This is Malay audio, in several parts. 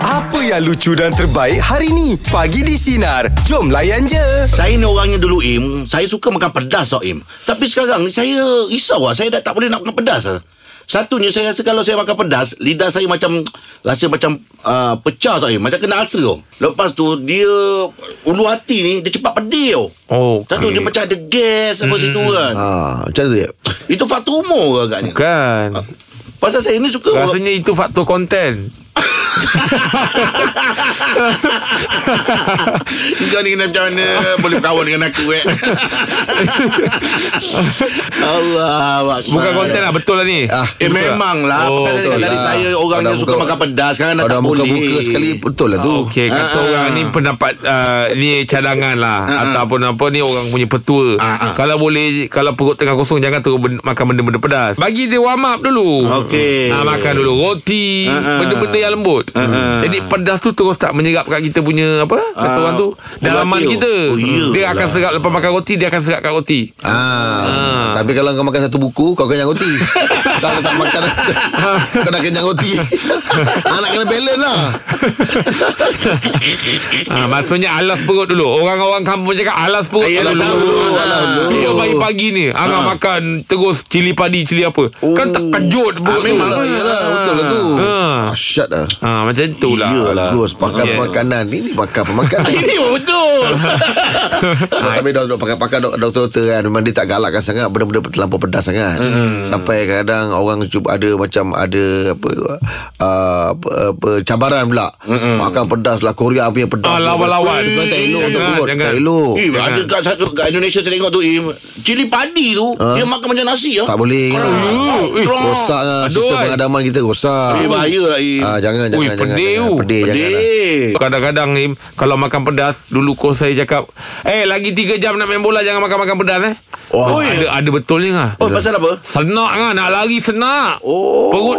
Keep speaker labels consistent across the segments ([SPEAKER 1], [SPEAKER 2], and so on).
[SPEAKER 1] Apa yang lucu dan terbaik hari ni? Pagi di Sinar. Jom layan je.
[SPEAKER 2] Saya ni orangnya dulu Im Saya suka makan pedas tau Im Tapi sekarang ni saya risau lah Saya dah tak boleh nak makan pedas lah Satunya saya rasa kalau saya makan pedas Lidah saya macam Rasa macam uh, pecah tau Im Macam kena asa tau Lepas tu dia Ulu hati ni Dia cepat pedih tau
[SPEAKER 3] Oh,
[SPEAKER 2] okay. Satu dia macam ada gas Apa situ kan
[SPEAKER 4] Ah, macam tu ya?
[SPEAKER 2] Itu faktor umur ke agaknya
[SPEAKER 3] Bukan
[SPEAKER 2] Ah. Pasal saya ni suka
[SPEAKER 3] Rasanya itu faktor konten
[SPEAKER 2] Kau ni kena macam mana Boleh berkawan dengan aku eh Allah
[SPEAKER 3] Bukan konten lah Betul lah ni
[SPEAKER 4] Ah,
[SPEAKER 2] Eh memang lah
[SPEAKER 3] Oh,
[SPEAKER 2] Bukan saya cakap
[SPEAKER 4] betul
[SPEAKER 2] tadi
[SPEAKER 4] lah.
[SPEAKER 2] Saya orang
[SPEAKER 4] Kalau
[SPEAKER 2] yang suka
[SPEAKER 4] buka-
[SPEAKER 2] makan pedas Sekarang dah
[SPEAKER 4] Kalau
[SPEAKER 2] tak
[SPEAKER 4] dah
[SPEAKER 2] boleh
[SPEAKER 4] buka-buka sekali Betul lah tu
[SPEAKER 3] Okey kata
[SPEAKER 2] Ah, ah.
[SPEAKER 3] orang ni pendapat uh, ni cadangan lah
[SPEAKER 2] ah.
[SPEAKER 3] ataupun apa ni orang punya petua.
[SPEAKER 2] Ah, ah.
[SPEAKER 3] Kalau boleh kalau perut tengah kosong jangan terus ben- makan benda-benda pedas. Bagi dia warm up dulu.
[SPEAKER 2] Okey.
[SPEAKER 3] Ha, makan dulu roti,
[SPEAKER 2] Ah, ah.
[SPEAKER 3] benda-benda yang lembut.
[SPEAKER 2] ah.
[SPEAKER 3] Jadi pedas tu terus tak menyerap kat kita punya apa? Kata
[SPEAKER 2] Ah,
[SPEAKER 3] orang tu dalaman
[SPEAKER 2] tu.
[SPEAKER 3] kita.
[SPEAKER 2] Oh, iyalah.
[SPEAKER 3] dia akan serap lepas makan roti dia akan serap kat roti.
[SPEAKER 4] Ah. Tapi kalau kau makan satu buku Kau kenyang roti Kalau tak makan Kau nak kenyang roti ah, Nak kena balance lah
[SPEAKER 3] Ha, maksudnya alas perut dulu. Orang-orang kampung cakap alas perut
[SPEAKER 2] Ayah
[SPEAKER 3] dulu.
[SPEAKER 2] dah tahu.
[SPEAKER 4] Alas dulu. Ha.
[SPEAKER 3] Bila pagi-pagi ni, Angah makan terus cili padi, cili apa. Kan
[SPEAKER 4] Oh.
[SPEAKER 3] terkejut perut
[SPEAKER 2] Ah, memang
[SPEAKER 3] tu.
[SPEAKER 4] Yalah, yalah, Betul lah tu
[SPEAKER 3] Ah.
[SPEAKER 4] Asyad lah
[SPEAKER 3] Ha, macam tu lah.
[SPEAKER 2] Iyalah.
[SPEAKER 4] Bagus Pakar
[SPEAKER 3] Yeah.
[SPEAKER 4] pemakanan Ini pakar pemakanan
[SPEAKER 2] Ini memang betul
[SPEAKER 4] Sebab tapi dok pakar-pakar dok, doktor-doktor kan Memang dia tak galakkan sangat Benda-benda terlampau pedas sangat
[SPEAKER 2] Hmm.
[SPEAKER 4] Sampai kadang orang cuba ada macam Ada apa, uh, apa, apa Cabaran pula
[SPEAKER 2] Hmm.
[SPEAKER 4] Makan pedas lah Korea punya pedas
[SPEAKER 3] Ah, lawan-lawan.
[SPEAKER 4] Itu kan Tak elok untuk
[SPEAKER 3] Jangan,
[SPEAKER 4] perut
[SPEAKER 3] jangan.
[SPEAKER 4] Tak elok
[SPEAKER 2] Eh, ada kat satu kat Indonesia saya tengok tu Im, cili padi tu dia makan macam nasi ah.
[SPEAKER 4] Ha? Tak boleh kan?
[SPEAKER 3] Eh,
[SPEAKER 4] Rosak lah
[SPEAKER 3] Aduh,
[SPEAKER 4] Sistem
[SPEAKER 3] kan?
[SPEAKER 4] pengadaman kita rosak
[SPEAKER 2] Eh, bahaya lah Im.
[SPEAKER 4] ah, Jangan
[SPEAKER 3] Ui,
[SPEAKER 4] jangan jangan,
[SPEAKER 3] pedih
[SPEAKER 4] jangan.
[SPEAKER 3] tu.
[SPEAKER 4] Pedih jangan lah.
[SPEAKER 2] Pedih.
[SPEAKER 3] Kadang-kadang ni Kalau makan pedas Dulu kos saya cakap Eh lagi 3 jam nak main bola Jangan makan-makan pedas eh
[SPEAKER 2] Oh, ya.
[SPEAKER 3] ada, ada betulnya lah
[SPEAKER 2] Oh, pasal apa?
[SPEAKER 3] Senak kan Nak lari senak
[SPEAKER 2] Oh.
[SPEAKER 3] Perut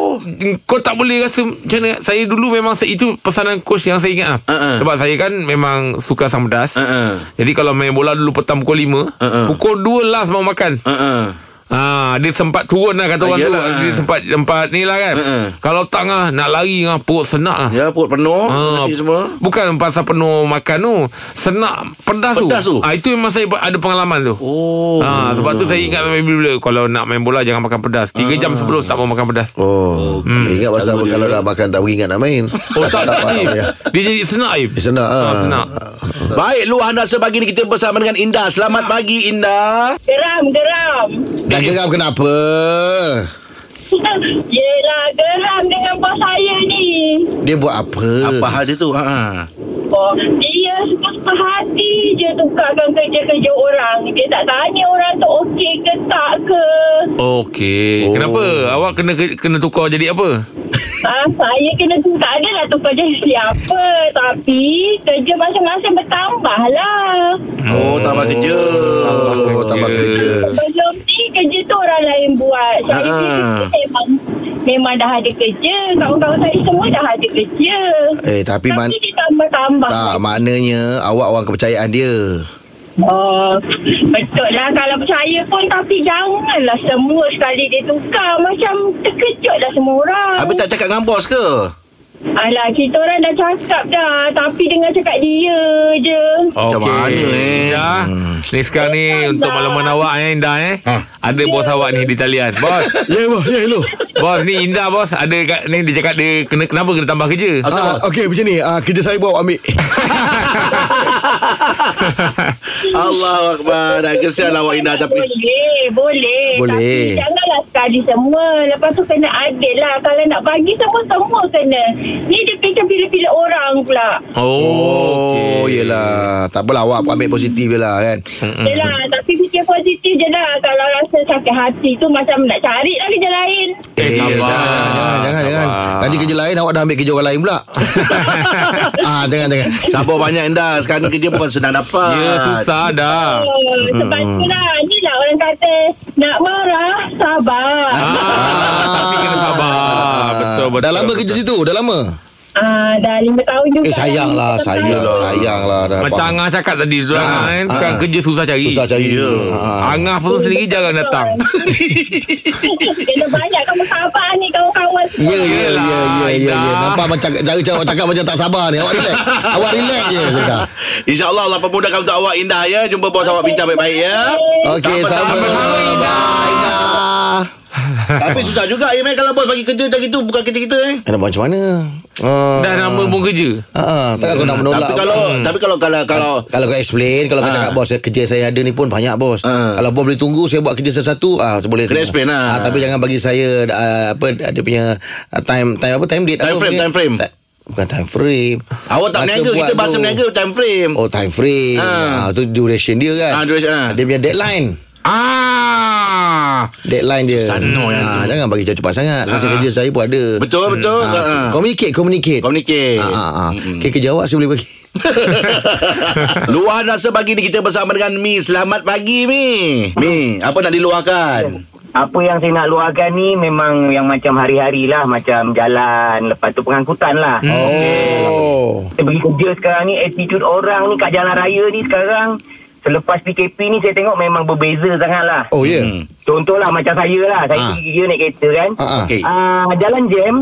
[SPEAKER 3] Kau tak boleh rasa Macam mana Saya dulu memang se- Itu pesanan coach yang saya ingat lah
[SPEAKER 2] Uh-uh.
[SPEAKER 3] Sebab saya kan Memang suka asam pedas
[SPEAKER 2] Uh-uh.
[SPEAKER 3] Jadi kalau main bola dulu Petang pukul 5
[SPEAKER 2] Uh-uh.
[SPEAKER 3] Pukul 2 last mau makan
[SPEAKER 2] Ha ah.
[SPEAKER 3] Ha, dia sempat turun lah
[SPEAKER 2] Ah,
[SPEAKER 3] kata orang tu
[SPEAKER 2] iyalah.
[SPEAKER 3] Dia sempat sempat ni lah kan
[SPEAKER 2] Uh-uh.
[SPEAKER 3] Kalau tak lah Nak lari lah Perut senak lah
[SPEAKER 2] Ya, perut penuh,
[SPEAKER 3] Ah,
[SPEAKER 2] nasi semua.
[SPEAKER 3] Bukan pasal penuh makan tu Senak pedas,
[SPEAKER 2] Pedas tu?
[SPEAKER 3] Ah, Itu memang saya ada pengalaman tu
[SPEAKER 2] Oh.
[SPEAKER 3] Ah, sebab tu saya ingat sampai bila-bila Kalau nak main bola jangan makan pedas 3
[SPEAKER 2] Ah.
[SPEAKER 3] jam sebelum tak mau makan pedas
[SPEAKER 4] Oh, Ingat pasal
[SPEAKER 2] Selalu
[SPEAKER 4] apa
[SPEAKER 2] dia-
[SPEAKER 4] kalau dah makan tak beringat nak main.
[SPEAKER 3] Hmm. Oh tak, tak,
[SPEAKER 4] payah.
[SPEAKER 3] Im. Dia jadi senak Im
[SPEAKER 4] Dia senak, ah.
[SPEAKER 3] senak.
[SPEAKER 2] Baik, luahan rasa pagi ni kita bersama dengan Indah. Selamat pagi Indah.
[SPEAKER 5] Geram, geram.
[SPEAKER 4] Dah geram kenapa?
[SPEAKER 5] Yelah, geram dengan bos saya ni.
[SPEAKER 4] Dia buat apa?
[SPEAKER 2] Apa hal dia tu? Ha ah.
[SPEAKER 5] Oh, dia suka hati je tukarkan kerja-kerja orang. Dia tak tanya orang tu okey ke tak ke.
[SPEAKER 3] Okey
[SPEAKER 4] Oh.
[SPEAKER 3] oh. Kenapa? Awak kena kena tukar jadi apa?
[SPEAKER 5] Ah, saya kena tu tak adalah tukar jadi siapa. Tapi kerja masing-masing bertambah lah.
[SPEAKER 3] Hmm.
[SPEAKER 2] Oh, tambah kerja.
[SPEAKER 4] Oh, tambah kerja.
[SPEAKER 5] Sebelum ni kerja tu orang lain buat.
[SPEAKER 2] Ah.
[SPEAKER 5] Saya kerja tu memang memang dah ada kerja. Kawan-kawan saya semua dah ada kerja.
[SPEAKER 4] Eh, tapi man-
[SPEAKER 5] Tapi dia tambah-tambah.
[SPEAKER 4] Tak, maknanya awak orang kepercayaan dia.
[SPEAKER 5] Oh, betul lah kalau percaya pun tapi janganlah semua sekali dia tukar macam terkejut lah semua orang.
[SPEAKER 2] Habis tak cakap dengan bos ke?
[SPEAKER 5] Alah, kita orang dah cakap dah tapi dengar cakap dia je.
[SPEAKER 2] Macam mana, eh?
[SPEAKER 3] Indah Ni sekarang ni Untuk makluman awak eh Indah eh Ada bos awak ni di talian Bos
[SPEAKER 4] Ya, yeah, ya, yeah, hello.
[SPEAKER 3] Bos ni Indah bos Ada kat ni Dia cakap dia kena, Kenapa kena tambah kerja
[SPEAKER 4] Ah, okey, macam ni. Ah, kerja saya buat awak ambil.
[SPEAKER 2] Allah Akbar. Dah kesian lah awak Indah. Tapi
[SPEAKER 5] Boleh, boleh.
[SPEAKER 4] Boleh.
[SPEAKER 5] Tapi janganlah sekali semua. Lepas tu kena adil lah. Kalau nak bagi semua-semua kena. Ni dia fikir pilih-pilih orang pula.
[SPEAKER 3] Oh,
[SPEAKER 4] Oh, yelah. Tak apalah awak ambil positif je lah kan.
[SPEAKER 5] Yelah, tapi fikir positif je lah. Kalau rasa sakit hati tu macam nak cari lah kerja lain.
[SPEAKER 3] Eh,
[SPEAKER 4] jangan,
[SPEAKER 3] sabar.
[SPEAKER 4] jangan, jangan, jangan, jangan.
[SPEAKER 3] Sabar.
[SPEAKER 4] Nanti kerja lain awak dah ambil kerja orang lain pula. ah, jangan, jangan.
[SPEAKER 2] sabar banyak Indah. Sekarang ni kerja bukan senang dapat.
[SPEAKER 3] Ya susah dah
[SPEAKER 5] Oh,
[SPEAKER 4] Hmm,
[SPEAKER 5] sebab tu lah. Ni lah orang kata nak marah, sabar.
[SPEAKER 4] Ah.
[SPEAKER 3] Ah, Tapi kena sabar Betul betul
[SPEAKER 4] Dah lama kerja situ? Dah lama?
[SPEAKER 5] uh, dah lima tahun juga
[SPEAKER 4] Eh sayang lah
[SPEAKER 5] dah lima
[SPEAKER 4] Sayang
[SPEAKER 5] tahun.
[SPEAKER 4] lah Sayang lah dah
[SPEAKER 3] Macam
[SPEAKER 4] faham.
[SPEAKER 3] Angah cakap tadi tu Angah
[SPEAKER 4] Ah,
[SPEAKER 3] kan Sekarang
[SPEAKER 4] ah.
[SPEAKER 3] kerja susah cari
[SPEAKER 4] Susah cari
[SPEAKER 2] Ya.
[SPEAKER 4] Ah.
[SPEAKER 3] Angah pun sendiri jarang datang
[SPEAKER 5] Kena banyak kamu sabar ni kawan-kawan Eh.
[SPEAKER 4] Ya ya
[SPEAKER 5] semua.
[SPEAKER 4] ya
[SPEAKER 3] Yelah,
[SPEAKER 4] ya ya ya.
[SPEAKER 3] Ida.
[SPEAKER 4] Nampak macam cara cara awak cakap macam tak sabar ni. Awak relax. Awak relax je sudah.
[SPEAKER 2] InsyaAllah Allah permudahkan untuk awak Indah ya Jumpa bos awak bincang baik-baik ya
[SPEAKER 4] Okey sama.
[SPEAKER 2] Sama-sama,
[SPEAKER 4] Bye Ida.
[SPEAKER 2] Tapi susah juga ya Mai Kalau bos bagi kerja macam itu Bukan kerja kita eh
[SPEAKER 4] Nak buat macam mana? Ah.
[SPEAKER 3] Dah nama pun kerja
[SPEAKER 4] Ah, ah, takkan aku nak menolak.
[SPEAKER 2] Tapi kalau hmm. Tapi kalau Kalau kalau
[SPEAKER 4] kalau kau explain Kalau kau
[SPEAKER 2] Ah.
[SPEAKER 4] cakap bos saya- Kerja saya ada ni pun banyak bos
[SPEAKER 2] Ah.
[SPEAKER 4] Kalau bos boleh tunggu Saya buat kerja satu-satu ah, saya boleh
[SPEAKER 2] Kena
[SPEAKER 4] tunggu.
[SPEAKER 2] explain lah.
[SPEAKER 4] Ah, Tapi jangan bagi saya ah, Apa Dia punya ah, Time Time apa Time date
[SPEAKER 2] Time
[SPEAKER 4] apa
[SPEAKER 2] frame,
[SPEAKER 4] punya?
[SPEAKER 2] time frame.
[SPEAKER 4] Ta- Bukan time frame
[SPEAKER 2] Awak tak
[SPEAKER 4] Masa
[SPEAKER 2] berniaga
[SPEAKER 4] buat
[SPEAKER 2] Kita bahasa
[SPEAKER 4] tu.
[SPEAKER 2] berniaga Time frame
[SPEAKER 4] Oh time frame
[SPEAKER 2] Ah.
[SPEAKER 4] ah. Tu duration dia kan
[SPEAKER 2] Ah, duration, ah.
[SPEAKER 4] Dia punya deadline
[SPEAKER 3] Ah,
[SPEAKER 4] Deadline dia
[SPEAKER 2] Sano yang tu. Ah.
[SPEAKER 4] ah, Jangan bagi cepat-cepat sangat Masa kerja saya pun ada
[SPEAKER 2] Betul betul
[SPEAKER 4] ah,
[SPEAKER 2] ha.
[SPEAKER 4] Communicate Communicate
[SPEAKER 2] Communicate
[SPEAKER 4] ah, ah, ah.
[SPEAKER 2] Mm-mm.
[SPEAKER 4] Okay, kerja awak saya boleh bagi
[SPEAKER 2] Luahan rasa pagi ni Kita bersama dengan Mi Selamat pagi Mi Mi Apa nak diluahkan
[SPEAKER 6] Apa yang saya nak luahkan ni memang yang macam hari-hari lah. Macam jalan, lepas tu pengangkutan lah. Hmm.
[SPEAKER 4] Oh
[SPEAKER 6] Kita pergi kerja sekarang ni, attitude orang ni kat jalan raya ni sekarang. Selepas PKP ni saya tengok memang berbeza sangat lah.
[SPEAKER 4] Oh ya yeah.
[SPEAKER 2] Hmm.
[SPEAKER 6] Contohlah macam saya lah. Saya
[SPEAKER 4] Ah.
[SPEAKER 6] pergi kerja naik kereta kan.
[SPEAKER 4] ah, Eh. ah.
[SPEAKER 2] Okey.
[SPEAKER 6] Ah, jalan jam.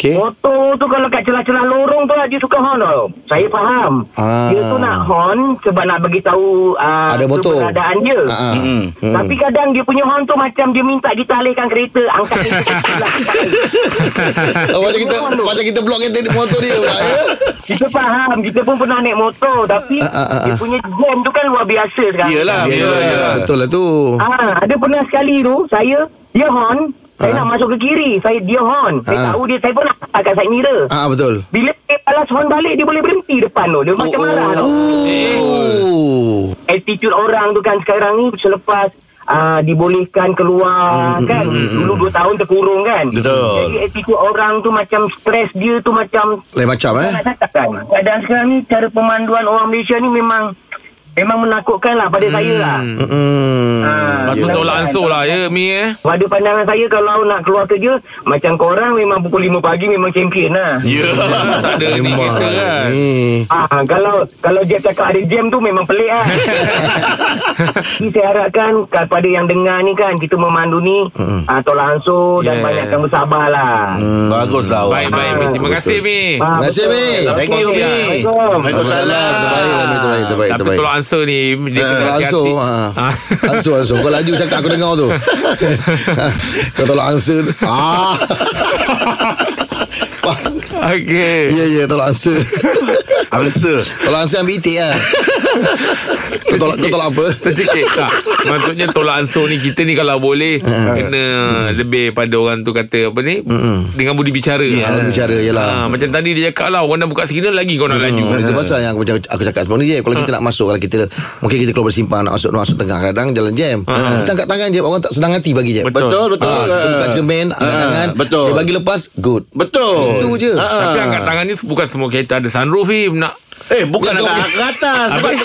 [SPEAKER 4] Okay.
[SPEAKER 6] Oh, Motor tu kalau kat celah-celah lorong tu lah dia suka horn tau. Saya faham.
[SPEAKER 4] Ah.
[SPEAKER 6] Dia tu nak horn sebab nak beritahu uh,
[SPEAKER 4] Ada motor.
[SPEAKER 6] keberadaan dia.
[SPEAKER 4] Ah, ah.
[SPEAKER 2] Mm-mm.
[SPEAKER 4] Mm.
[SPEAKER 6] Tapi kadang dia punya horn tu macam dia minta ditalihkan kereta, angkat kereta. lah. sebelah.
[SPEAKER 4] Oh, macam kita macam kita blok kereta di motor dia pula ya.
[SPEAKER 6] kita faham, kita pun pernah naik motor tapi
[SPEAKER 4] Ah, ah, ah,
[SPEAKER 6] dia
[SPEAKER 4] ah.
[SPEAKER 6] punya jam tu kan luar biasa sekarang.
[SPEAKER 2] Yelah
[SPEAKER 4] Ya,
[SPEAKER 2] Yelah, yelah.
[SPEAKER 4] Betul lah tu.
[SPEAKER 6] Ah, ada pernah sekali tu saya dia horn, saya
[SPEAKER 4] Ah.
[SPEAKER 6] nak masuk ke kiri, saya dia horn. Saya
[SPEAKER 4] Ah.
[SPEAKER 6] tahu dia saya pun nak pakai side mirror.
[SPEAKER 4] Ah betul.
[SPEAKER 6] Bila dia balas horn balik dia boleh berhenti depan tu. Dia macam marah
[SPEAKER 3] oh.
[SPEAKER 6] tu.
[SPEAKER 4] Oh.
[SPEAKER 6] attitude orang tu kan sekarang ni selepas uh, dibolehkan keluar
[SPEAKER 3] Hmm,
[SPEAKER 6] mm, kan mm, dulu 2 tahun terkurung kan
[SPEAKER 2] Betul.
[SPEAKER 6] jadi attitude orang tu macam stres dia tu macam
[SPEAKER 4] Lain macam eh.
[SPEAKER 6] nak cakap kan keadaan sekarang ni cara pemanduan orang Malaysia ni memang memang menakutkan lah pada mm. saya lah
[SPEAKER 4] Hmm.
[SPEAKER 6] Ah,
[SPEAKER 3] Lepas tu
[SPEAKER 6] yelah.
[SPEAKER 3] tolak ansur lah ya Mi eh
[SPEAKER 6] pada pandangan saya kalau nak keluar kerja macam korang memang pukul 5 pagi memang champion lah
[SPEAKER 2] Ya
[SPEAKER 3] Tak ada ni kereta
[SPEAKER 4] lah,
[SPEAKER 3] kan
[SPEAKER 4] Ni.
[SPEAKER 6] Ah, kalau kalau dia cakap ada jam tu memang pelik lah. Jadi saya harapkan kepada yang dengar ni kan kita memandu ni mm. ah, tolak ansur
[SPEAKER 3] Yeah.
[SPEAKER 6] yeah. dan banyakkan bersabar lah.
[SPEAKER 4] Hmm.
[SPEAKER 2] Baguslah awak
[SPEAKER 3] Baik baik Mi Terima kasih Mi
[SPEAKER 6] Ah,
[SPEAKER 4] Mm. Terima kasih, Mi.
[SPEAKER 2] Thank you Mi Waalaikumsalam
[SPEAKER 4] Terbaik lah, Mi, terbaik, terbaik,
[SPEAKER 3] Tapi
[SPEAKER 4] terbaik.
[SPEAKER 3] tolak ansur ni Dia kena
[SPEAKER 4] Tolak
[SPEAKER 3] hati-hati
[SPEAKER 4] Eh,
[SPEAKER 3] Ha.
[SPEAKER 4] ansur ah. Ansur ansur Kau laju cakap aku dengar tu Ah. Kau tolak ansur ah.
[SPEAKER 3] Okey
[SPEAKER 4] Ya ya tolak ansur
[SPEAKER 2] Answer
[SPEAKER 4] Tolak ansur ambil itik lah Kau tolak, kau tolak apa
[SPEAKER 3] Tercekik tak Maksudnya tolak ansur ni Kita ni kalau boleh
[SPEAKER 4] Eh.
[SPEAKER 3] Kena Lebih pada orang tu kata Apa ni Dengan budi bicara
[SPEAKER 4] Ah,
[SPEAKER 3] Yalah.
[SPEAKER 4] Bicara je lah
[SPEAKER 3] Ah, Macam tadi dia cakap lah Orang dah buka signal lagi Kau nak laju
[SPEAKER 4] Hmm, itu pasal yang aku, cakap- aku cakap sebelum ni je Kalau kita nak masuk Kalau kita Mungkin kita keluar bersimpang Nak masuk nak masuk tengah Kadang jalan jam Kita angkat tangan je Orang tak senang hati bagi je
[SPEAKER 2] Betul betul
[SPEAKER 4] Ah, kita buka cermin Angkat
[SPEAKER 2] Ah,
[SPEAKER 4] tangan
[SPEAKER 2] Betul
[SPEAKER 4] Dia bagi lepas Good
[SPEAKER 2] Betul Ah,
[SPEAKER 4] Itu je
[SPEAKER 3] Tapi angkat tangan ni Bukan semua kereta ada sunroof Im Nak
[SPEAKER 2] Eh bukan
[SPEAKER 4] Dia
[SPEAKER 2] agak ke atas Bukan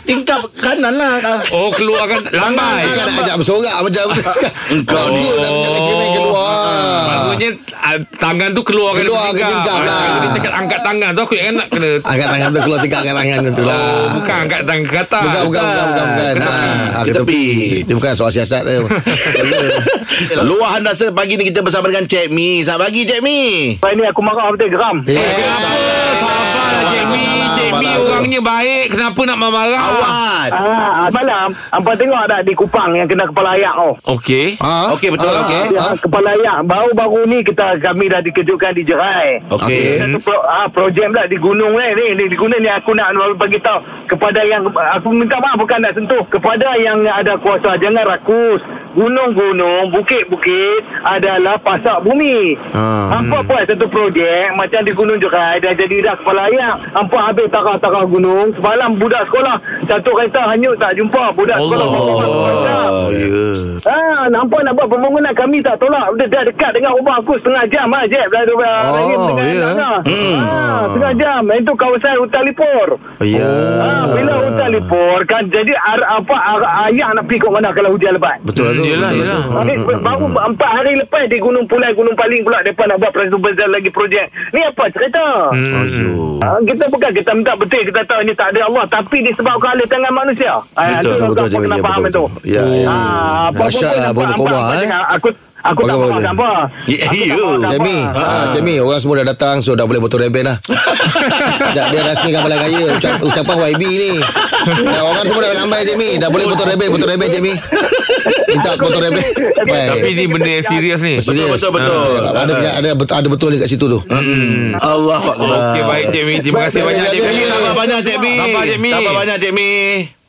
[SPEAKER 2] Tingkap kanan lah
[SPEAKER 3] Oh keluar kan
[SPEAKER 4] Kan
[SPEAKER 3] Lambai
[SPEAKER 4] nak ajak bersorak Macam Engkau
[SPEAKER 2] Oh.
[SPEAKER 4] dia Nak ajak cermin keluar
[SPEAKER 2] Ha.
[SPEAKER 3] Maksudnya ah, Tangan tu keluar kan
[SPEAKER 4] Keluar ke tingkap lah.
[SPEAKER 3] Dia cakap angkat tangan tu Aku ingat nak kena
[SPEAKER 4] Angkat tangan tu Keluar tingkat angkat tangan tu lah
[SPEAKER 3] Oh, Bukan angkat tangan ke atas
[SPEAKER 4] Bukan, bukan, bukan, bukan, bukan.
[SPEAKER 3] Ke
[SPEAKER 4] Ha,
[SPEAKER 3] tepi.
[SPEAKER 4] ha,
[SPEAKER 2] Ke
[SPEAKER 4] ke
[SPEAKER 2] tepi.
[SPEAKER 4] tepi. Dia bukan soal siasat dia.
[SPEAKER 2] Luahan rasa pagi ni kita bersama dengan Cik Mi Selamat pagi Cik Mi
[SPEAKER 6] Sebab ni aku marah betul geram.
[SPEAKER 4] Ya.
[SPEAKER 3] Kenapa? Sabar lah Jamie Jamie orangnya baik Kenapa nak marah-marah
[SPEAKER 2] Awak
[SPEAKER 6] Ah, malam hangpa tengok tak di Kupang yang kena kepala ayak oh.
[SPEAKER 3] Okey
[SPEAKER 4] Ha?
[SPEAKER 2] Okey betul
[SPEAKER 4] Ah,
[SPEAKER 2] okey
[SPEAKER 4] ah.
[SPEAKER 6] Kepala ayak baru-baru ni kita kami dah dikejutkan di Jerai.
[SPEAKER 2] Okey
[SPEAKER 6] Satu pro, ah, projek pula di gunung eh, ni, ni di gunung ni aku nak bagi tahu kepada yang aku minta maaf bukan nak sentuh kepada yang ada kuasa jangan rakus gunung-gunung bukit-bukit adalah pasak bumi
[SPEAKER 4] Ah,
[SPEAKER 2] Ha.
[SPEAKER 6] hampa buat satu projek macam di gunung Jerai dah jadi dah kepala ayak hampa habis tarah-tarah gunung semalam budak sekolah satu kereta hanyut tak jumpa budak sekolah Allah.
[SPEAKER 4] Oh, ya.
[SPEAKER 6] Ah, nampak nak buat pembangunan kami tak tolak. ha, Dia dah dekat dengan rumah aku setengah jam ah, Jeb. Dah dah
[SPEAKER 4] Oh,
[SPEAKER 6] dengan
[SPEAKER 4] ya.
[SPEAKER 6] Nana. Ah, setengah setengah jam. Itu kawasan hutan Lipur.
[SPEAKER 4] Oh, ya.
[SPEAKER 2] Ha,
[SPEAKER 6] Ah, bila hutan Lipur kan jadi ar, apa ar, ayah nak pergi kat mana kalau hujan lebat.
[SPEAKER 4] Betul lah tu.
[SPEAKER 3] Yelah,
[SPEAKER 4] betul lah
[SPEAKER 3] yelah.
[SPEAKER 4] tu.
[SPEAKER 6] Habis ber- baru
[SPEAKER 4] Hmm.
[SPEAKER 6] empat hari lepas di Gunung Pulai, Gunung Paling pula mereka nak buat proses besar lagi projek. Ni apa cerita? Hmm.
[SPEAKER 4] Ayuh.
[SPEAKER 6] kita bukan kita minta betul kita tahu ini tak ada Allah tapi disebabkan oleh tangan manusia. Ah,
[SPEAKER 4] Betul,
[SPEAKER 6] tu
[SPEAKER 4] betul,
[SPEAKER 6] kau
[SPEAKER 4] Jamil.
[SPEAKER 6] kena
[SPEAKER 4] Ya,
[SPEAKER 6] faham
[SPEAKER 4] betul,
[SPEAKER 6] itu.
[SPEAKER 4] betul. Ya, ya.
[SPEAKER 6] Ah, apa
[SPEAKER 4] Dahsyat lah Abu Nukoba, eh.
[SPEAKER 6] Aku aku tak
[SPEAKER 4] Bagus,
[SPEAKER 6] faham
[SPEAKER 4] bagus.
[SPEAKER 6] tak apa.
[SPEAKER 2] Ya,
[SPEAKER 6] Aku tak
[SPEAKER 2] you.
[SPEAKER 6] faham tak
[SPEAKER 4] Jamie,
[SPEAKER 3] Ah.
[SPEAKER 6] apa.
[SPEAKER 4] ha, Jamie, orang semua dah datang so dah boleh botol reben lah. Sekejap dia rasmikan balai raya ucap, ucapan YB ni. Dah orang semua dah gambar Jamie, dah boleh botol reben, botol reben Jamie. Minta botol reben.
[SPEAKER 3] Tapi
[SPEAKER 4] Baik.
[SPEAKER 3] ni benda yang serius ni.
[SPEAKER 2] Betul,
[SPEAKER 4] Serius.
[SPEAKER 2] betul, betul.
[SPEAKER 4] Ha, Ada,
[SPEAKER 3] Ah.
[SPEAKER 4] ada, ada, ada betul dekat situ tu.
[SPEAKER 2] Allah Akbar.
[SPEAKER 3] Okey baik Cik Mi. Terima kasih banyak Cik Mi.
[SPEAKER 2] Cik Mi, sabar banyak Cik Mi.
[SPEAKER 3] Sabar, Cik Mi.
[SPEAKER 2] Sabar banyak Cik Mi.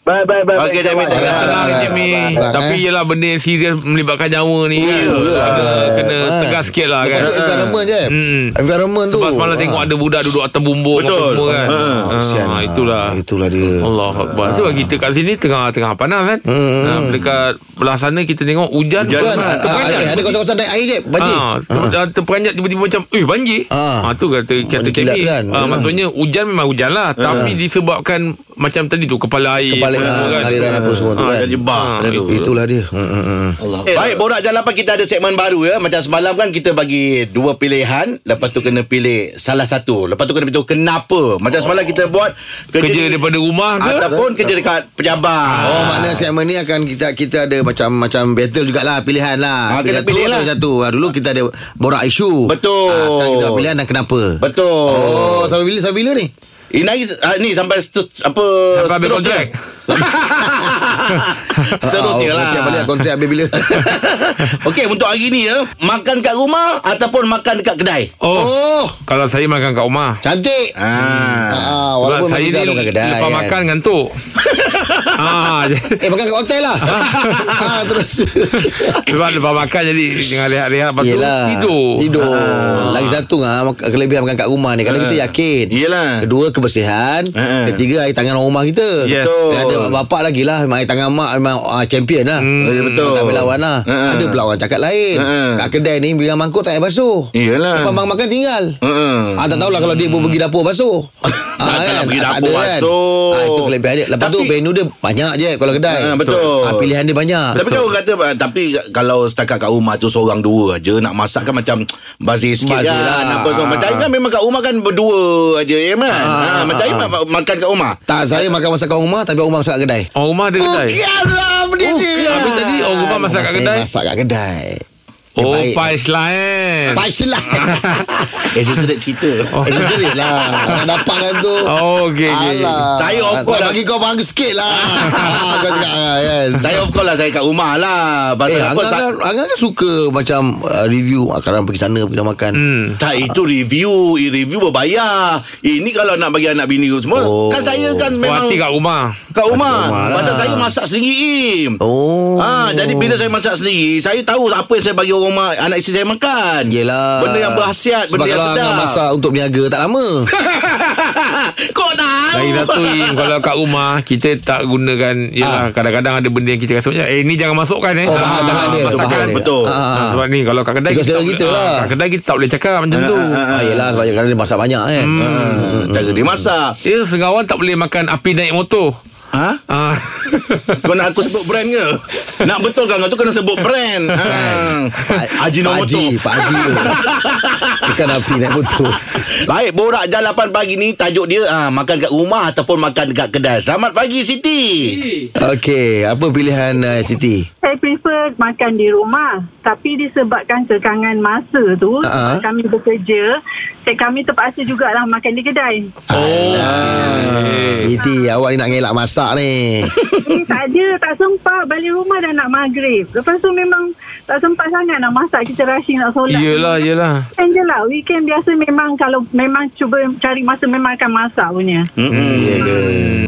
[SPEAKER 6] Bye bye bye.
[SPEAKER 2] Okey,
[SPEAKER 6] bye,
[SPEAKER 2] Jamil,
[SPEAKER 3] Ah,
[SPEAKER 4] Ah,
[SPEAKER 6] kawan.
[SPEAKER 2] tak ada.
[SPEAKER 3] Tenang
[SPEAKER 4] Abang,
[SPEAKER 3] Cik Mi.
[SPEAKER 4] abang,
[SPEAKER 3] Tapi ya,
[SPEAKER 4] eh. lah.
[SPEAKER 3] ialah benda yang serius melibatkan nyawa ni kan. Ada Kena tegas sikit lah kan.
[SPEAKER 4] Kan? Environment je.
[SPEAKER 3] Hmm.
[SPEAKER 4] Environment tu.
[SPEAKER 3] Sebab semalam tengok ada budak duduk atas bumbung apa
[SPEAKER 2] Betul.
[SPEAKER 3] semua kan.
[SPEAKER 4] Ah, kesian
[SPEAKER 3] Ah,
[SPEAKER 4] lah.
[SPEAKER 3] itulah.
[SPEAKER 4] Itulah dia.
[SPEAKER 3] Allah Akbar.
[SPEAKER 4] Ah.
[SPEAKER 3] Tu lah kita kat sini tengah-tengah panas kan. Ha, dekat belah sana kita tengok hujan.
[SPEAKER 2] Kan,
[SPEAKER 3] Ah,
[SPEAKER 4] Tuan, Hmm. ah, ah,
[SPEAKER 3] terperanjat.
[SPEAKER 4] ada ada kawasan-kawasan naik air je, Banjir.
[SPEAKER 3] Ah, ha. terperanjat tiba-tiba macam Eh banjir
[SPEAKER 4] Ah.
[SPEAKER 3] ha. tu kata kata
[SPEAKER 4] Ada kilat
[SPEAKER 3] Cik Mi.
[SPEAKER 4] kan?
[SPEAKER 3] Ah,
[SPEAKER 4] Yalah.
[SPEAKER 3] Maksudnya hujan memang hujan lah Tapi disebabkan Macam tadi tu Kepala air
[SPEAKER 4] Kepala
[SPEAKER 3] apa semua
[SPEAKER 4] ah, aliran apa semua tu
[SPEAKER 2] Ah,
[SPEAKER 4] kan.
[SPEAKER 2] jadi bah.
[SPEAKER 3] Ah,
[SPEAKER 2] Ada tu.
[SPEAKER 4] Itulah dia. Hmm, hmm, hmm.
[SPEAKER 2] Baik, borak jalan apa kita ada segmen baru ya. Macam semalam kan kita bagi dua pilihan, lepas tu kena pilih salah satu. Lepas tu kena beritahu kenapa. Macam semalam kita buat kerja,
[SPEAKER 3] Kerja
[SPEAKER 2] di-
[SPEAKER 3] daripada rumah ke
[SPEAKER 4] ah.
[SPEAKER 2] ataupun kerja dekat pejabat.
[SPEAKER 4] Oh makna segmen ni akan kita kita ada macam macam battle jugalah pilihan lah.
[SPEAKER 2] Ah, kena
[SPEAKER 4] Ada satu,
[SPEAKER 2] pilih lah.
[SPEAKER 4] ada Satu. Ah, dulu kita ada borak isu.
[SPEAKER 2] Betul.
[SPEAKER 4] Ah, sekarang kita buat pilihan dan kenapa.
[SPEAKER 2] Betul.
[SPEAKER 4] Oh, sampai bila sampai bila ni?
[SPEAKER 2] Inai ah, ni sampai stu, apa
[SPEAKER 3] Sampai habis kontrak.
[SPEAKER 2] Seterusnya
[SPEAKER 4] Ah,
[SPEAKER 2] lah.
[SPEAKER 4] Saya balik kontrak habis bila.
[SPEAKER 2] Okey, untuk hari ni ya, makan kat rumah ataupun makan dekat kedai?
[SPEAKER 3] Oh, oh.
[SPEAKER 4] Oh,
[SPEAKER 3] Kalau saya makan kat rumah
[SPEAKER 4] cantik.
[SPEAKER 2] Ah.
[SPEAKER 4] Ah,
[SPEAKER 3] Sebab
[SPEAKER 4] walaupun
[SPEAKER 3] saya ni
[SPEAKER 4] masih kita ada kat kedai.
[SPEAKER 3] Lepas
[SPEAKER 4] kan.
[SPEAKER 3] makan ngantuk ah, j-
[SPEAKER 4] Eh makan kat hotel lah. ah, terus.
[SPEAKER 3] Sebab lepas makan jadi Dengan rehat-rehat Lepas tu tidur
[SPEAKER 4] Tidur
[SPEAKER 2] Ha.
[SPEAKER 4] Lagi satu ah, mak- Kelebihan makan kat rumah ni Kalau kita Hmm. yakin
[SPEAKER 2] Yelah.
[SPEAKER 4] Kedua kebersihan
[SPEAKER 2] Ha.
[SPEAKER 4] Ketiga air tangan orang rumah kita
[SPEAKER 3] Yes.
[SPEAKER 2] Betul.
[SPEAKER 4] Dan Ada bapak lagi lah Memang air tangan mak Memang ah, champion lah
[SPEAKER 2] Eh, betul.
[SPEAKER 4] Tak boleh lawan lah
[SPEAKER 2] Ha.
[SPEAKER 4] Ada pula orang cakap lain
[SPEAKER 2] Ha.
[SPEAKER 4] Kat kedai ni Bila mangkuk tak payah basuh
[SPEAKER 2] Yelah.
[SPEAKER 4] Lepas bang makan tinggal
[SPEAKER 2] Hmm.
[SPEAKER 4] Ah, tak tahulah kalau dia pun pergi dapur basuh.
[SPEAKER 2] Tak, tak nak pergi
[SPEAKER 4] Ah, tak
[SPEAKER 2] dapur
[SPEAKER 4] ada
[SPEAKER 2] basuh.
[SPEAKER 4] Ah, itu kelebihan dia. Lepas tu
[SPEAKER 2] Tapi-
[SPEAKER 4] menu dia banyak je kalau kedai.
[SPEAKER 2] Ah, betul.
[SPEAKER 4] Ah, pilihan dia banyak.
[SPEAKER 2] Tapi kan orang kata ah, Tapi kalau setakat kat rumah tu Seorang dua aja Nak masak kan macam Bazir sikit
[SPEAKER 4] Bazir
[SPEAKER 2] kan
[SPEAKER 4] lah.
[SPEAKER 2] Apa tu
[SPEAKER 4] Ah.
[SPEAKER 2] Macam Aim kan memang kat rumah kan Berdua aja ya, man?
[SPEAKER 4] Ah,
[SPEAKER 2] ha, Macam Aim ma- makan kat rumah
[SPEAKER 4] Tak, saya makan masakan rumah tapi orang masak kat kedai.
[SPEAKER 3] Ah, Orang rumah ada kedai
[SPEAKER 4] Oh, Bukanlah benda dia.
[SPEAKER 3] Habis tadi orang rumah masak kat kedai?
[SPEAKER 4] Saya masak kat kedai. Dia
[SPEAKER 3] Oh
[SPEAKER 4] baik.
[SPEAKER 3] punchline
[SPEAKER 4] Pasal lah.
[SPEAKER 2] Eh saya sedap cerita
[SPEAKER 4] Eh, serius lah. Tak dapat kan tu.
[SPEAKER 3] Oh, okey, okey.
[SPEAKER 4] Alah.
[SPEAKER 2] Saya awkward lah.
[SPEAKER 4] Tak bagi kau bangga sikit lah. Ah, Kau cakap ah, kan.
[SPEAKER 2] Saya of course lah Saya kat rumah lah Pasal
[SPEAKER 4] Eh,
[SPEAKER 2] apa
[SPEAKER 4] Angga
[SPEAKER 2] sa-
[SPEAKER 4] kan, Angga kan suka macam uh, review ah, kadang pergi sana pergi makan. Hmm.
[SPEAKER 2] tak itu review Eh, Review berbayar Ini kalau nak bagi anak bini semua
[SPEAKER 4] Oh.
[SPEAKER 2] Kan saya kan memang
[SPEAKER 3] Puati kat rumah
[SPEAKER 2] Kat rumah,
[SPEAKER 4] rumah lah.
[SPEAKER 2] Pasal saya masak sendiri Im
[SPEAKER 4] Oh.
[SPEAKER 2] Ha, jadi bila saya masak sendiri Saya tahu apa yang saya bagi orang rumah Anak isteri saya makan
[SPEAKER 4] Yelah
[SPEAKER 2] Benda yang berhasiat
[SPEAKER 4] Sebab
[SPEAKER 2] Benda yang
[SPEAKER 4] kalau
[SPEAKER 2] sedap
[SPEAKER 4] Angah masak untuk berniaga Tak lama
[SPEAKER 2] Kau tahu
[SPEAKER 3] Lagi satu Im Kalau kat rumah Kita tak gunakan Yelah kadang-kadang ada benda yang kita rasa macam Eh ni jangan masukkan eh Ah,
[SPEAKER 4] Ah. Oh bahan, bahan dia
[SPEAKER 2] betul,
[SPEAKER 3] masakan.
[SPEAKER 4] bahan dia.
[SPEAKER 2] betul.
[SPEAKER 4] Ah,
[SPEAKER 3] Ah,
[SPEAKER 4] ah.
[SPEAKER 3] sebab ni kalau kat kedai
[SPEAKER 4] Because
[SPEAKER 3] tak
[SPEAKER 4] selera
[SPEAKER 3] boleh-
[SPEAKER 4] kita lah.
[SPEAKER 3] ah, kat kedai kita tak boleh cakap macam tu.
[SPEAKER 4] Ah, yelah sebab kadang dia masak banyak kan
[SPEAKER 2] Hmm, Cara dia masak
[SPEAKER 3] Ya, sengawan tak boleh makan api naik motor.
[SPEAKER 2] Ha?
[SPEAKER 3] Ah.
[SPEAKER 2] Kau nak aku sebut brand ke? Nak betul kan kau tu kena sebut brand. Ha.
[SPEAKER 4] Pak Eh. Haji
[SPEAKER 2] Ajinomoto.
[SPEAKER 4] Pak Haji tu. Bukan api naik motor
[SPEAKER 2] Baik, borak jam 8 pagi ni tajuk dia ha, makan kat rumah ataupun makan dekat kedai. Selamat pagi Siti.
[SPEAKER 4] Okey Apa pilihan uh, Siti
[SPEAKER 5] Saya prefer makan di rumah Tapi disebabkan kekangan masa tu
[SPEAKER 4] Ah.
[SPEAKER 5] uh-huh. Kami bekerja saya, Kami terpaksa jugalah makan di kedai
[SPEAKER 3] Oh.
[SPEAKER 4] Siti awak ni nak ngelak masak ni
[SPEAKER 5] Eh, tak ada, tak sempat. Balik rumah dah nak maghrib. Lepas tu memang tak sempat sangat nak masak. Kita rushing nak solat.
[SPEAKER 3] Yelah, yelah.
[SPEAKER 5] Weekend je lah. Weekend biasa memang kalau memang cuba cari masa memang akan masak punya.
[SPEAKER 2] Hmm.
[SPEAKER 4] Ya ke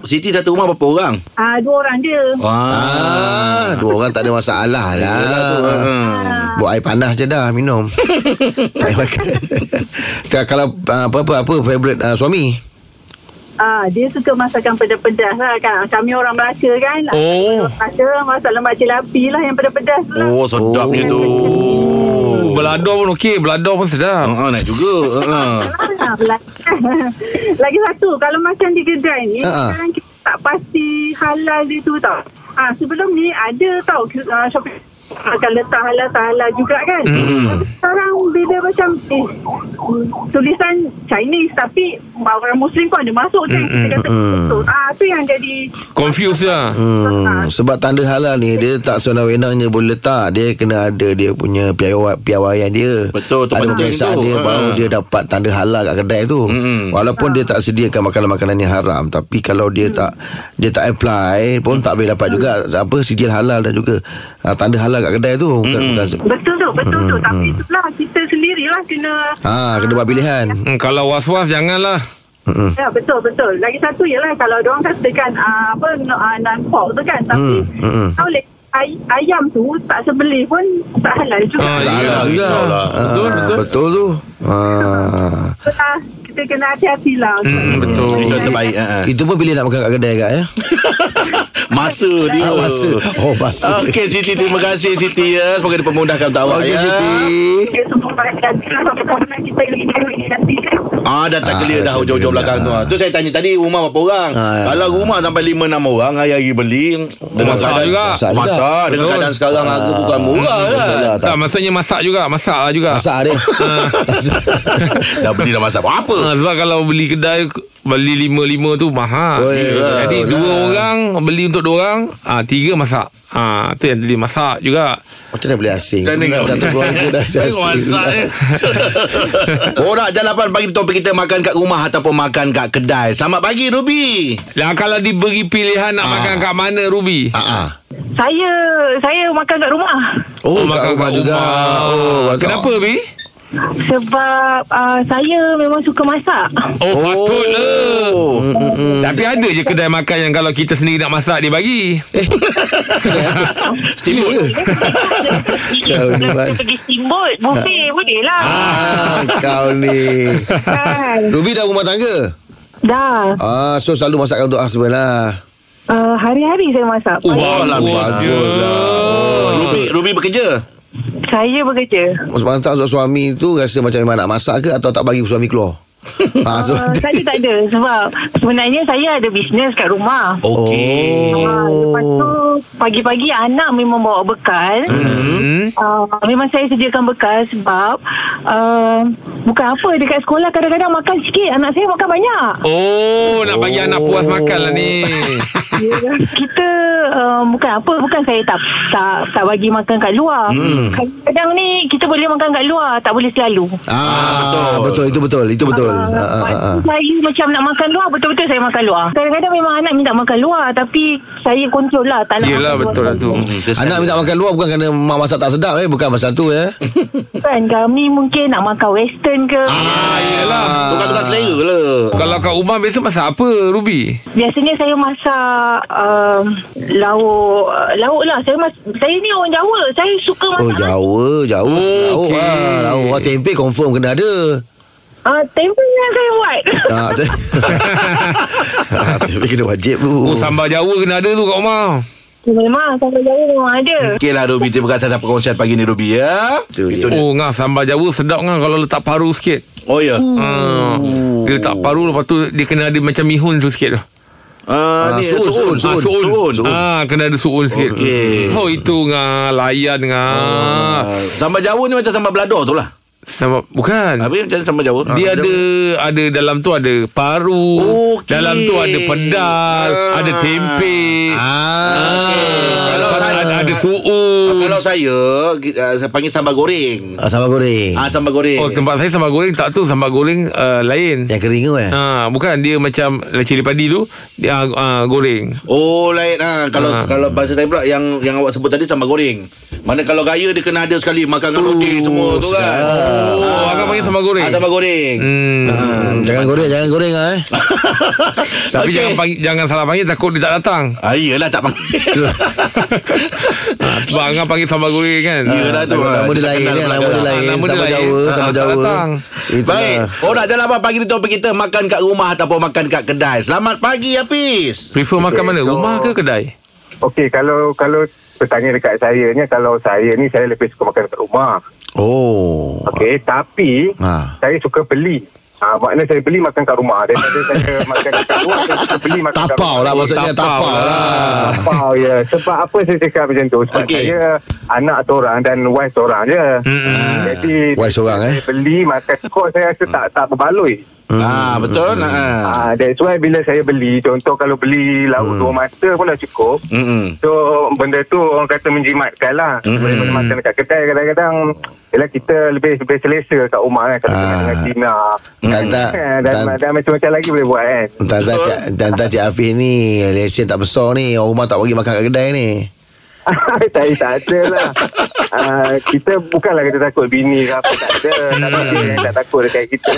[SPEAKER 2] Siti satu rumah berapa orang?
[SPEAKER 5] Ah dua orang je.
[SPEAKER 2] Wah.
[SPEAKER 4] Ah, Dua orang tak ada masalah lah
[SPEAKER 2] Hmm.
[SPEAKER 5] Ah,
[SPEAKER 4] Buat air panas je dah Minum Tak payah makan Tak, Kalau ah, apa-apa Apa favourite ah, suami
[SPEAKER 5] Ah dia suka masakan pedas-pedas lah kan. Kami orang Melaka kan.
[SPEAKER 3] Oh.
[SPEAKER 5] Ada masak lemak cili api lah yang pedas-pedas tu lah.
[SPEAKER 2] Oh, sedapnya tu.
[SPEAKER 4] Oh.
[SPEAKER 3] Oh. Belador pun okey, belador pun sedap.
[SPEAKER 2] Ha, nak juga. Ha.
[SPEAKER 5] Ah, belak- Lagi satu Kalau macam di kedai ni
[SPEAKER 4] Ha.
[SPEAKER 5] Sekarang kita tak pasti Halal dia tu tau ha, Sebelum ni Ada tau uh, Shopping akan letak halal tak halal juga kan mm. sekarang bila macam eh tulisan Chinese tapi orang Muslim pun ada masuk kan kita kata betul ah tu yang jadi
[SPEAKER 3] Confuse lah.
[SPEAKER 4] Hmm, sebab tanda halal ni dia tak sewenang-wenangnya boleh letak. Dia kena ada dia punya piawai piawaian dia.
[SPEAKER 2] Betul, tu
[SPEAKER 4] Ada
[SPEAKER 2] penting
[SPEAKER 4] perasaan
[SPEAKER 2] tu.
[SPEAKER 4] dia
[SPEAKER 2] Ha.
[SPEAKER 4] baru dia dapat tanda halal kat kedai tu. Hmm. Walaupun dia tak sediakan makanan-makanan yang haram, tapi kalau dia tak dia tak apply pun tak boleh dapat juga apa sijil halal dan juga ah, tanda halal kat kedai tu. Bukan,
[SPEAKER 2] Hmm.
[SPEAKER 4] bukan
[SPEAKER 5] betul tu betul tu tapi itulah kita sendirilah kena
[SPEAKER 4] Hmm, ha kena buat pilihan.
[SPEAKER 3] Hmm, kalau was-was janganlah.
[SPEAKER 4] Hmm.
[SPEAKER 5] Ya betul betul. Lagi satu ialah kalau dia orang katakan uh, apa no- uh, non pork tu kan tapi
[SPEAKER 4] Hmm, hmm.
[SPEAKER 5] tahu le ay- ayam tu tak sebeli pun tak halal juga.
[SPEAKER 3] Ah,
[SPEAKER 2] Tak
[SPEAKER 3] ya,
[SPEAKER 2] halal
[SPEAKER 3] risau
[SPEAKER 2] juga.
[SPEAKER 3] lah.
[SPEAKER 4] Ah,
[SPEAKER 3] Betul, betul.
[SPEAKER 4] Betul tu. Ah.
[SPEAKER 5] Itulah, kita kena lah. hati-hatilah.
[SPEAKER 3] Hmm, betul.
[SPEAKER 2] Itu yang terbaik. Ha. ha.
[SPEAKER 4] Itu pun bila nak makan kat kedai kat ya.
[SPEAKER 2] Masa dia.
[SPEAKER 4] Ah, masa. Oh, masa.
[SPEAKER 2] Okey, Siti. Terima kasih, Siti. Ya. Semoga dia memudahkan untuk awak.
[SPEAKER 4] Okey
[SPEAKER 2] ya.
[SPEAKER 4] Siti.
[SPEAKER 5] Kita semua lah. berhati-hati sebab kita kita lagi lagi nanti kan.
[SPEAKER 2] Ah dah tak
[SPEAKER 4] Ah,
[SPEAKER 2] clear dah
[SPEAKER 4] dah
[SPEAKER 2] hujung-hujung
[SPEAKER 4] clear
[SPEAKER 2] belakang tu.
[SPEAKER 4] dah.
[SPEAKER 2] Ah. Tu saya tanya tadi rumah berapa orang?
[SPEAKER 4] Ah, ya.
[SPEAKER 2] Kalau rumah sampai 5 6 orang hari-hari beli dengan
[SPEAKER 3] masak juga.
[SPEAKER 2] Masak,
[SPEAKER 4] Masak juga. Ah,
[SPEAKER 2] masak dengan
[SPEAKER 3] Betul.
[SPEAKER 2] keadaan sekarang harga bukan murah kan.
[SPEAKER 4] Betul lah,
[SPEAKER 3] Tak, maksudnya masak juga. Masak lah juga.
[SPEAKER 4] Masak dia
[SPEAKER 2] dah beli dah masak apa?
[SPEAKER 4] Ah,
[SPEAKER 3] Ha, sebab kalau beli kedai Beli lima-lima tu mahal
[SPEAKER 4] Oi,
[SPEAKER 3] yeah. Jadi
[SPEAKER 4] betul
[SPEAKER 3] dua
[SPEAKER 4] lah.
[SPEAKER 3] orang Beli untuk dua orang ha, Tiga masak ha, Tu yang tadi masak juga
[SPEAKER 4] Macam mana boleh asing
[SPEAKER 2] Kan tengok
[SPEAKER 4] Satu keluarga dah asing
[SPEAKER 2] Tengok WhatsApp eh. Borak jalapan pagi ni topik kita makan kat rumah ataupun makan kat kedai. Selamat pagi Ruby.
[SPEAKER 3] Lah kalau diberi pilihan Nak makan kat mana Ruby
[SPEAKER 2] Ha ah.
[SPEAKER 5] Saya saya makan kat rumah
[SPEAKER 4] Oh, kat rumah juga Oh,
[SPEAKER 3] oh,
[SPEAKER 4] kat-
[SPEAKER 3] Kenapa Bi?
[SPEAKER 5] sebab uh, saya memang suka masak.
[SPEAKER 3] Oh, oh. patutlah Tapi ada je kedai makan Yang kalau kita sendiri nak masak Dia bagi
[SPEAKER 2] Steamboat.
[SPEAKER 4] Kau ni
[SPEAKER 5] Kita
[SPEAKER 4] Mat.
[SPEAKER 5] pergi steamboat, buffet boleh lah.
[SPEAKER 4] Ah, Kau ni
[SPEAKER 5] Kan?
[SPEAKER 4] Ruby dah rumah tangga
[SPEAKER 5] Dah.
[SPEAKER 4] Ah, So selalu masak untuk husband lah
[SPEAKER 5] Uh, hari-hari saya masak.
[SPEAKER 2] Oh, lah,
[SPEAKER 3] Bagus
[SPEAKER 4] Bagus
[SPEAKER 3] je.
[SPEAKER 4] lah
[SPEAKER 2] Oh, Ruby Ruby bekerja.
[SPEAKER 5] Saya bekerja.
[SPEAKER 4] Mantap untuk suami tu Rasa macam memang nak masak ke Atau tak bagi suami keluar ha, so,
[SPEAKER 5] Uh, saya tak ada sebab sebenarnya saya ada bisnes kat rumah.
[SPEAKER 2] Okey.
[SPEAKER 5] Oh. Uh, lepas tu pagi-pagi anak memang bawa bekal.
[SPEAKER 3] hmm?
[SPEAKER 5] Uh, memang saya sediakan bekal sebab uh, bukan apa dekat sekolah kadang-kadang makan sikit anak saya makan banyak.
[SPEAKER 3] Oh Nak bagi anak puas makan lah ni
[SPEAKER 5] Ya, kita uh, bukan apa bukan saya tak tak tak bagi makan kat luar. Kadang-kadang ni kita boleh makan kat luar tak boleh selalu.
[SPEAKER 4] ah,
[SPEAKER 2] betul.
[SPEAKER 4] betul. Itu betul Itu betul ah, ah, ah, ah.
[SPEAKER 5] Saya macam nak makan luar Betul-betul saya makan luar Kadang-kadang memang anak minta makan luar Tapi saya kontrol lah Tak nak
[SPEAKER 3] Yelah
[SPEAKER 5] makan
[SPEAKER 3] betul
[SPEAKER 5] luar
[SPEAKER 3] lah tu
[SPEAKER 2] Hmm,
[SPEAKER 4] Anak minta makan luar Bukan kerana mak masak tak sedap eh Bukan pasal tu eh
[SPEAKER 5] Kan kami mungkin nak makan western ke
[SPEAKER 2] Ah, yelah. Tukar-tukar selera lah.
[SPEAKER 3] Kalau kat rumah biasa masak apa Ruby?
[SPEAKER 5] Biasanya saya masak um, Lauk uh, Lauk lah saya, mas- saya ni orang Jawa Saya suka masak
[SPEAKER 4] Oh Jawa Jawa
[SPEAKER 3] Oh, Okey.
[SPEAKER 4] Lauk lah Lauk lah Tempe confirm kena ada
[SPEAKER 5] uh, Tempe yang saya buat
[SPEAKER 4] ah, te- ah, Tempe kena wajib tu
[SPEAKER 3] Oh, sambal Jawa kena ada tu kat rumah.
[SPEAKER 5] Memang Sampai Jawa memang ada
[SPEAKER 2] Okey lah Ruby Terima kasih atas perkongsian pagi ni Ruby ya
[SPEAKER 4] Itu dia.
[SPEAKER 3] Oh, ngah sambal Jawa sedap ngah kalau letak paru sikit.
[SPEAKER 2] Oh ya
[SPEAKER 3] Ha. Dia letak paru lepas tu dia kena ada macam mihun tu sikit tu.
[SPEAKER 2] Ah, ni
[SPEAKER 4] suun,
[SPEAKER 2] suun,
[SPEAKER 4] suun,
[SPEAKER 2] suun, suun. Ah.
[SPEAKER 3] Ah, kena ada suun sikit.
[SPEAKER 2] Okey. Oh.
[SPEAKER 3] Oh, itu ngah layan ngah.
[SPEAKER 2] Sambal Jawa ni macam sambal belador tu lah
[SPEAKER 3] Sambal bukan.
[SPEAKER 2] Habis macam sambal Jawa
[SPEAKER 3] Dia ada ada dalam tu ada paru,
[SPEAKER 2] Okey.
[SPEAKER 3] dalam tu ada pedal,
[SPEAKER 2] Ah.
[SPEAKER 3] ada tempe.
[SPEAKER 4] Ah,
[SPEAKER 3] Eh,
[SPEAKER 2] Kalau
[SPEAKER 3] Lepas
[SPEAKER 2] saya-
[SPEAKER 3] ada, ada
[SPEAKER 2] Ah,
[SPEAKER 3] suun.
[SPEAKER 2] Kalau saya ah, Saya panggil sambal goreng
[SPEAKER 4] ah, Sambal goreng
[SPEAKER 2] Ah sambal goreng
[SPEAKER 3] Eh. Oh, tempat saya sambal goreng tak tu sambal goreng uh, lain.
[SPEAKER 2] Ya.
[SPEAKER 4] Yang kering tu eh
[SPEAKER 3] Ha, bukan dia macam cili padi tu dia uh, goreng.
[SPEAKER 2] Oh lain ah kalau
[SPEAKER 3] Ah.
[SPEAKER 2] kalau bahasa saya pula yang yang awak sebut tadi sambal goreng. Mana kalau gaya dia kena ada sekali makan dengan roti semua tu kan.
[SPEAKER 3] Oh,
[SPEAKER 2] Ah.
[SPEAKER 3] abang panggil sambal goreng?
[SPEAKER 2] Ah, sambal goreng.
[SPEAKER 3] Hmm.
[SPEAKER 4] Hmm, jangan goreng Jangan goreng lah eh
[SPEAKER 3] Tapi
[SPEAKER 2] Okey.
[SPEAKER 3] okay. jangan panggil, jangan salah panggil takut dia tak datang.
[SPEAKER 2] Ah, iyalah tak panggil.
[SPEAKER 3] Sebab Angah panggil sambal goreng kan.
[SPEAKER 4] Ah.
[SPEAKER 2] Iyalah tu.
[SPEAKER 4] Nama dia lain
[SPEAKER 2] Kenal
[SPEAKER 4] eh, Nama
[SPEAKER 2] pula
[SPEAKER 4] dia
[SPEAKER 2] dah.
[SPEAKER 4] lain
[SPEAKER 3] Nama dia
[SPEAKER 4] Sambal
[SPEAKER 3] lain.
[SPEAKER 4] Jawa
[SPEAKER 3] Ah,
[SPEAKER 4] Sambal
[SPEAKER 3] tak
[SPEAKER 4] Jawa
[SPEAKER 3] datang.
[SPEAKER 4] Itulah.
[SPEAKER 2] Baik. Orang jalan apa pagi ni topik kita makan kat rumah ataupun makan kat kedai. Selamat pagi Hafiz.
[SPEAKER 3] Prefer makan mana?
[SPEAKER 6] so-
[SPEAKER 3] Rumah ke kedai?
[SPEAKER 6] Okey, kalau kalau
[SPEAKER 7] bertanya dekat saya ni kalau saya ni saya lebih suka makan dekat rumah.
[SPEAKER 4] Oh.
[SPEAKER 7] Okey, tapi
[SPEAKER 4] Ha.
[SPEAKER 7] saya suka beli. Ha, maknanya saya beli makan kat rumah. Daripada saya makan kat luar, saya suka beli makan kat rumah. Ah,
[SPEAKER 4] Tapau lah maksudnya
[SPEAKER 3] Tapau
[SPEAKER 4] tapau
[SPEAKER 3] lah.
[SPEAKER 4] lah.
[SPEAKER 7] Tapau, ya. Sebab apa saya cakap macam tu? Sebab
[SPEAKER 2] Okey.
[SPEAKER 7] okay. saya anak seorang dan wife seorang je. Hmm. Jadi,
[SPEAKER 4] Wife seorang, eh?
[SPEAKER 7] saya beli makan kos saya rasa tak, tak berbaloi.
[SPEAKER 2] Ah betul. Ah.
[SPEAKER 7] Ah, that's why bila saya beli, contoh kalau beli lauk hmm. dua mata pun dah cukup.
[SPEAKER 2] Mm-mm.
[SPEAKER 7] So benda tu orang kata menjimatkan lah hmm. Daripada makan dekat kedai kadang-kadang Yelah kita lebih lebih selesa kat rumah kan Kalau
[SPEAKER 4] Ah.
[SPEAKER 7] ah. dengan Cina
[SPEAKER 3] Hmm.
[SPEAKER 4] Tak, tak,
[SPEAKER 7] Eh, Dan,
[SPEAKER 4] tak.
[SPEAKER 7] dan, dan macam-macam lagi boleh buat kan
[SPEAKER 4] Tanda Cik, tanda Cik Afif ni Lesen tak besar ni Orang rumah tak bagi makan kat kedai ni
[SPEAKER 7] tak, tak ada lah uh, Kita bukanlah kita takut bini ke apa Tak ada Tak ada yang tak takut dekat kita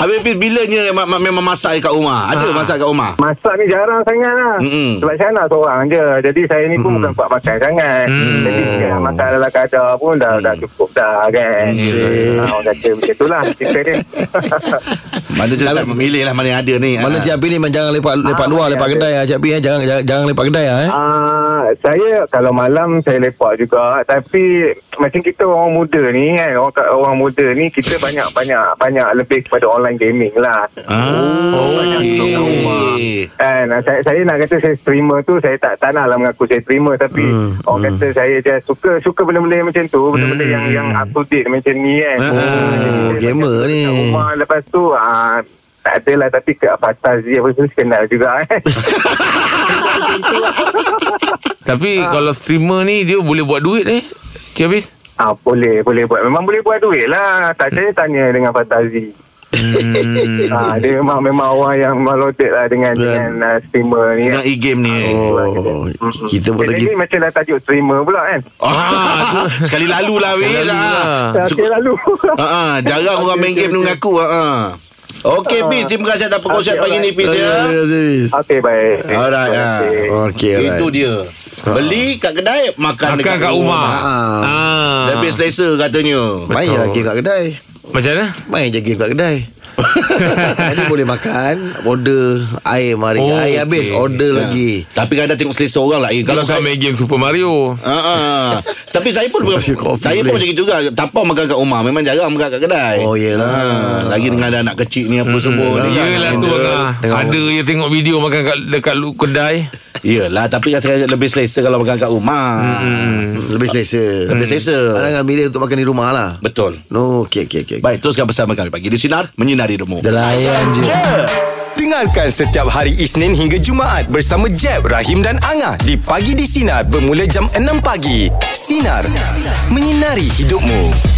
[SPEAKER 2] Habis Fiz, bilanya ma- ma- memang masak kat rumah? Ada masak kat rumah?
[SPEAKER 7] Masak ni jarang sangat lah
[SPEAKER 2] Mm-mm.
[SPEAKER 7] Sebab saya anak seorang je Jadi saya ni pun bukan buat makan sangat Jadi ya, makan dalam kadar pun dah, dah cukup dah kan
[SPEAKER 4] Yeah.
[SPEAKER 7] Ah, Orang kata macam tu lah Kita ni
[SPEAKER 2] Mana dia tak memilih lah mana yang ada ni. Ah.
[SPEAKER 4] Mana Cik Afif ni memang jangan lepak, lepak
[SPEAKER 7] Ah,
[SPEAKER 4] luar
[SPEAKER 7] boleh
[SPEAKER 4] Lepak
[SPEAKER 7] ada.
[SPEAKER 4] kedai lah Cik Afif eh. jangan, jangan, jangan lepak kedai lah eh.
[SPEAKER 7] Ah, saya kalau malam saya lepak juga tapi macam kita orang muda ni kan orang orang muda ni kita banyak banyak banyak lebih kepada online gaming lah. Oh,
[SPEAKER 2] Ah.
[SPEAKER 7] okey. Kan saya saya nak kata saya streamer tu saya tak tak naklah mengaku saya streamer tapi hmm. orang kata saya just suka suka benda-benda yang macam tu benda-benda yang yang up to date macam ni kan.
[SPEAKER 4] Oh,
[SPEAKER 7] Jadi,
[SPEAKER 4] gamer
[SPEAKER 7] saya
[SPEAKER 4] ni.
[SPEAKER 7] kat Rumah lepas tu ah tak adalah tapi ke fantasi apa tu kenal juga kan.
[SPEAKER 3] Tapi kalau streamer ni Dia boleh buat duit eh Cik Hafiz
[SPEAKER 7] Ah boleh boleh buat memang boleh buat duit lah. Tak saya tanya dengan Fatazi.
[SPEAKER 4] Hmm.
[SPEAKER 7] ah dia memang memang orang yang melotek lah dengan
[SPEAKER 4] Dan-
[SPEAKER 7] dengan uh, streamer ni.
[SPEAKER 2] Dengan e-game ni.
[SPEAKER 4] Oh Kita pun lagi
[SPEAKER 7] Jadi ni macam dah tajuk streamer pula kan.
[SPEAKER 2] Ah, tu- sekali lalu lah Fiz.
[SPEAKER 3] Sekali lalu lah.
[SPEAKER 2] Ah.
[SPEAKER 7] Tak
[SPEAKER 2] Suka-
[SPEAKER 7] okay, lalu.
[SPEAKER 2] Ah, ah, jarang orang main game dengan aku. Ah, ah. Okey Fiz, terima kasih atas perkongsian
[SPEAKER 7] Okey,
[SPEAKER 2] pagi ni Fiz
[SPEAKER 4] Ya, ya,
[SPEAKER 2] ya.
[SPEAKER 4] ya, Aziz.
[SPEAKER 7] Okey baik.
[SPEAKER 2] Alright. ah.
[SPEAKER 4] Okey
[SPEAKER 2] Itu
[SPEAKER 4] alright.
[SPEAKER 2] dia. Beli kat kedai, makan,
[SPEAKER 3] Makan kat rumah
[SPEAKER 4] rumah.
[SPEAKER 3] Ah.
[SPEAKER 2] Lebih selesa katanya.
[SPEAKER 4] Main je
[SPEAKER 3] Betul.
[SPEAKER 4] lah game kat kedai
[SPEAKER 3] Macam mana
[SPEAKER 4] Main je game kat kedai Jadi boleh makan Order Air mari
[SPEAKER 3] Oh,
[SPEAKER 4] Air habis
[SPEAKER 3] okey.
[SPEAKER 4] Order lagi
[SPEAKER 2] lah. Tapi kadang tengok selesa orang lah. Eh,
[SPEAKER 3] Kalau
[SPEAKER 2] kalau
[SPEAKER 3] saya
[SPEAKER 2] saya
[SPEAKER 3] main game Super Mario
[SPEAKER 2] Ah, ah. Tapi saya pun
[SPEAKER 4] Sebab you coffee
[SPEAKER 2] saya pun
[SPEAKER 4] boleh.
[SPEAKER 2] macam gitu juga. Tapau makan kat rumah memang jarang makan kat kedai.
[SPEAKER 4] Oh, yelah.
[SPEAKER 2] Ah, lagi dengan ada anak kecil ni apa semua. ni kan.
[SPEAKER 3] Yelah tu Angah
[SPEAKER 4] Tengok-
[SPEAKER 3] Ada je tengok video makan kat, dekat lu- kedai
[SPEAKER 2] Yelah tapi saya lebih selesa kalau makan kat rumah.
[SPEAKER 4] Hmm, Lebih selesa
[SPEAKER 2] Lebih selesa.
[SPEAKER 4] Alang ambil untuk makan di rumah lah
[SPEAKER 2] Betul.
[SPEAKER 4] No Okay okay okay
[SPEAKER 2] Baik, teruskan bersama kami pagi di sinar menyinari hidupmu.
[SPEAKER 4] Jelayan je
[SPEAKER 1] Dengarkan setiap hari Isnin hingga Jumaat bersama Jeb, Rahim dan Angah di Pagi di Sinar bermula jam 6 pagi. Sinar. Menyinari hidupmu.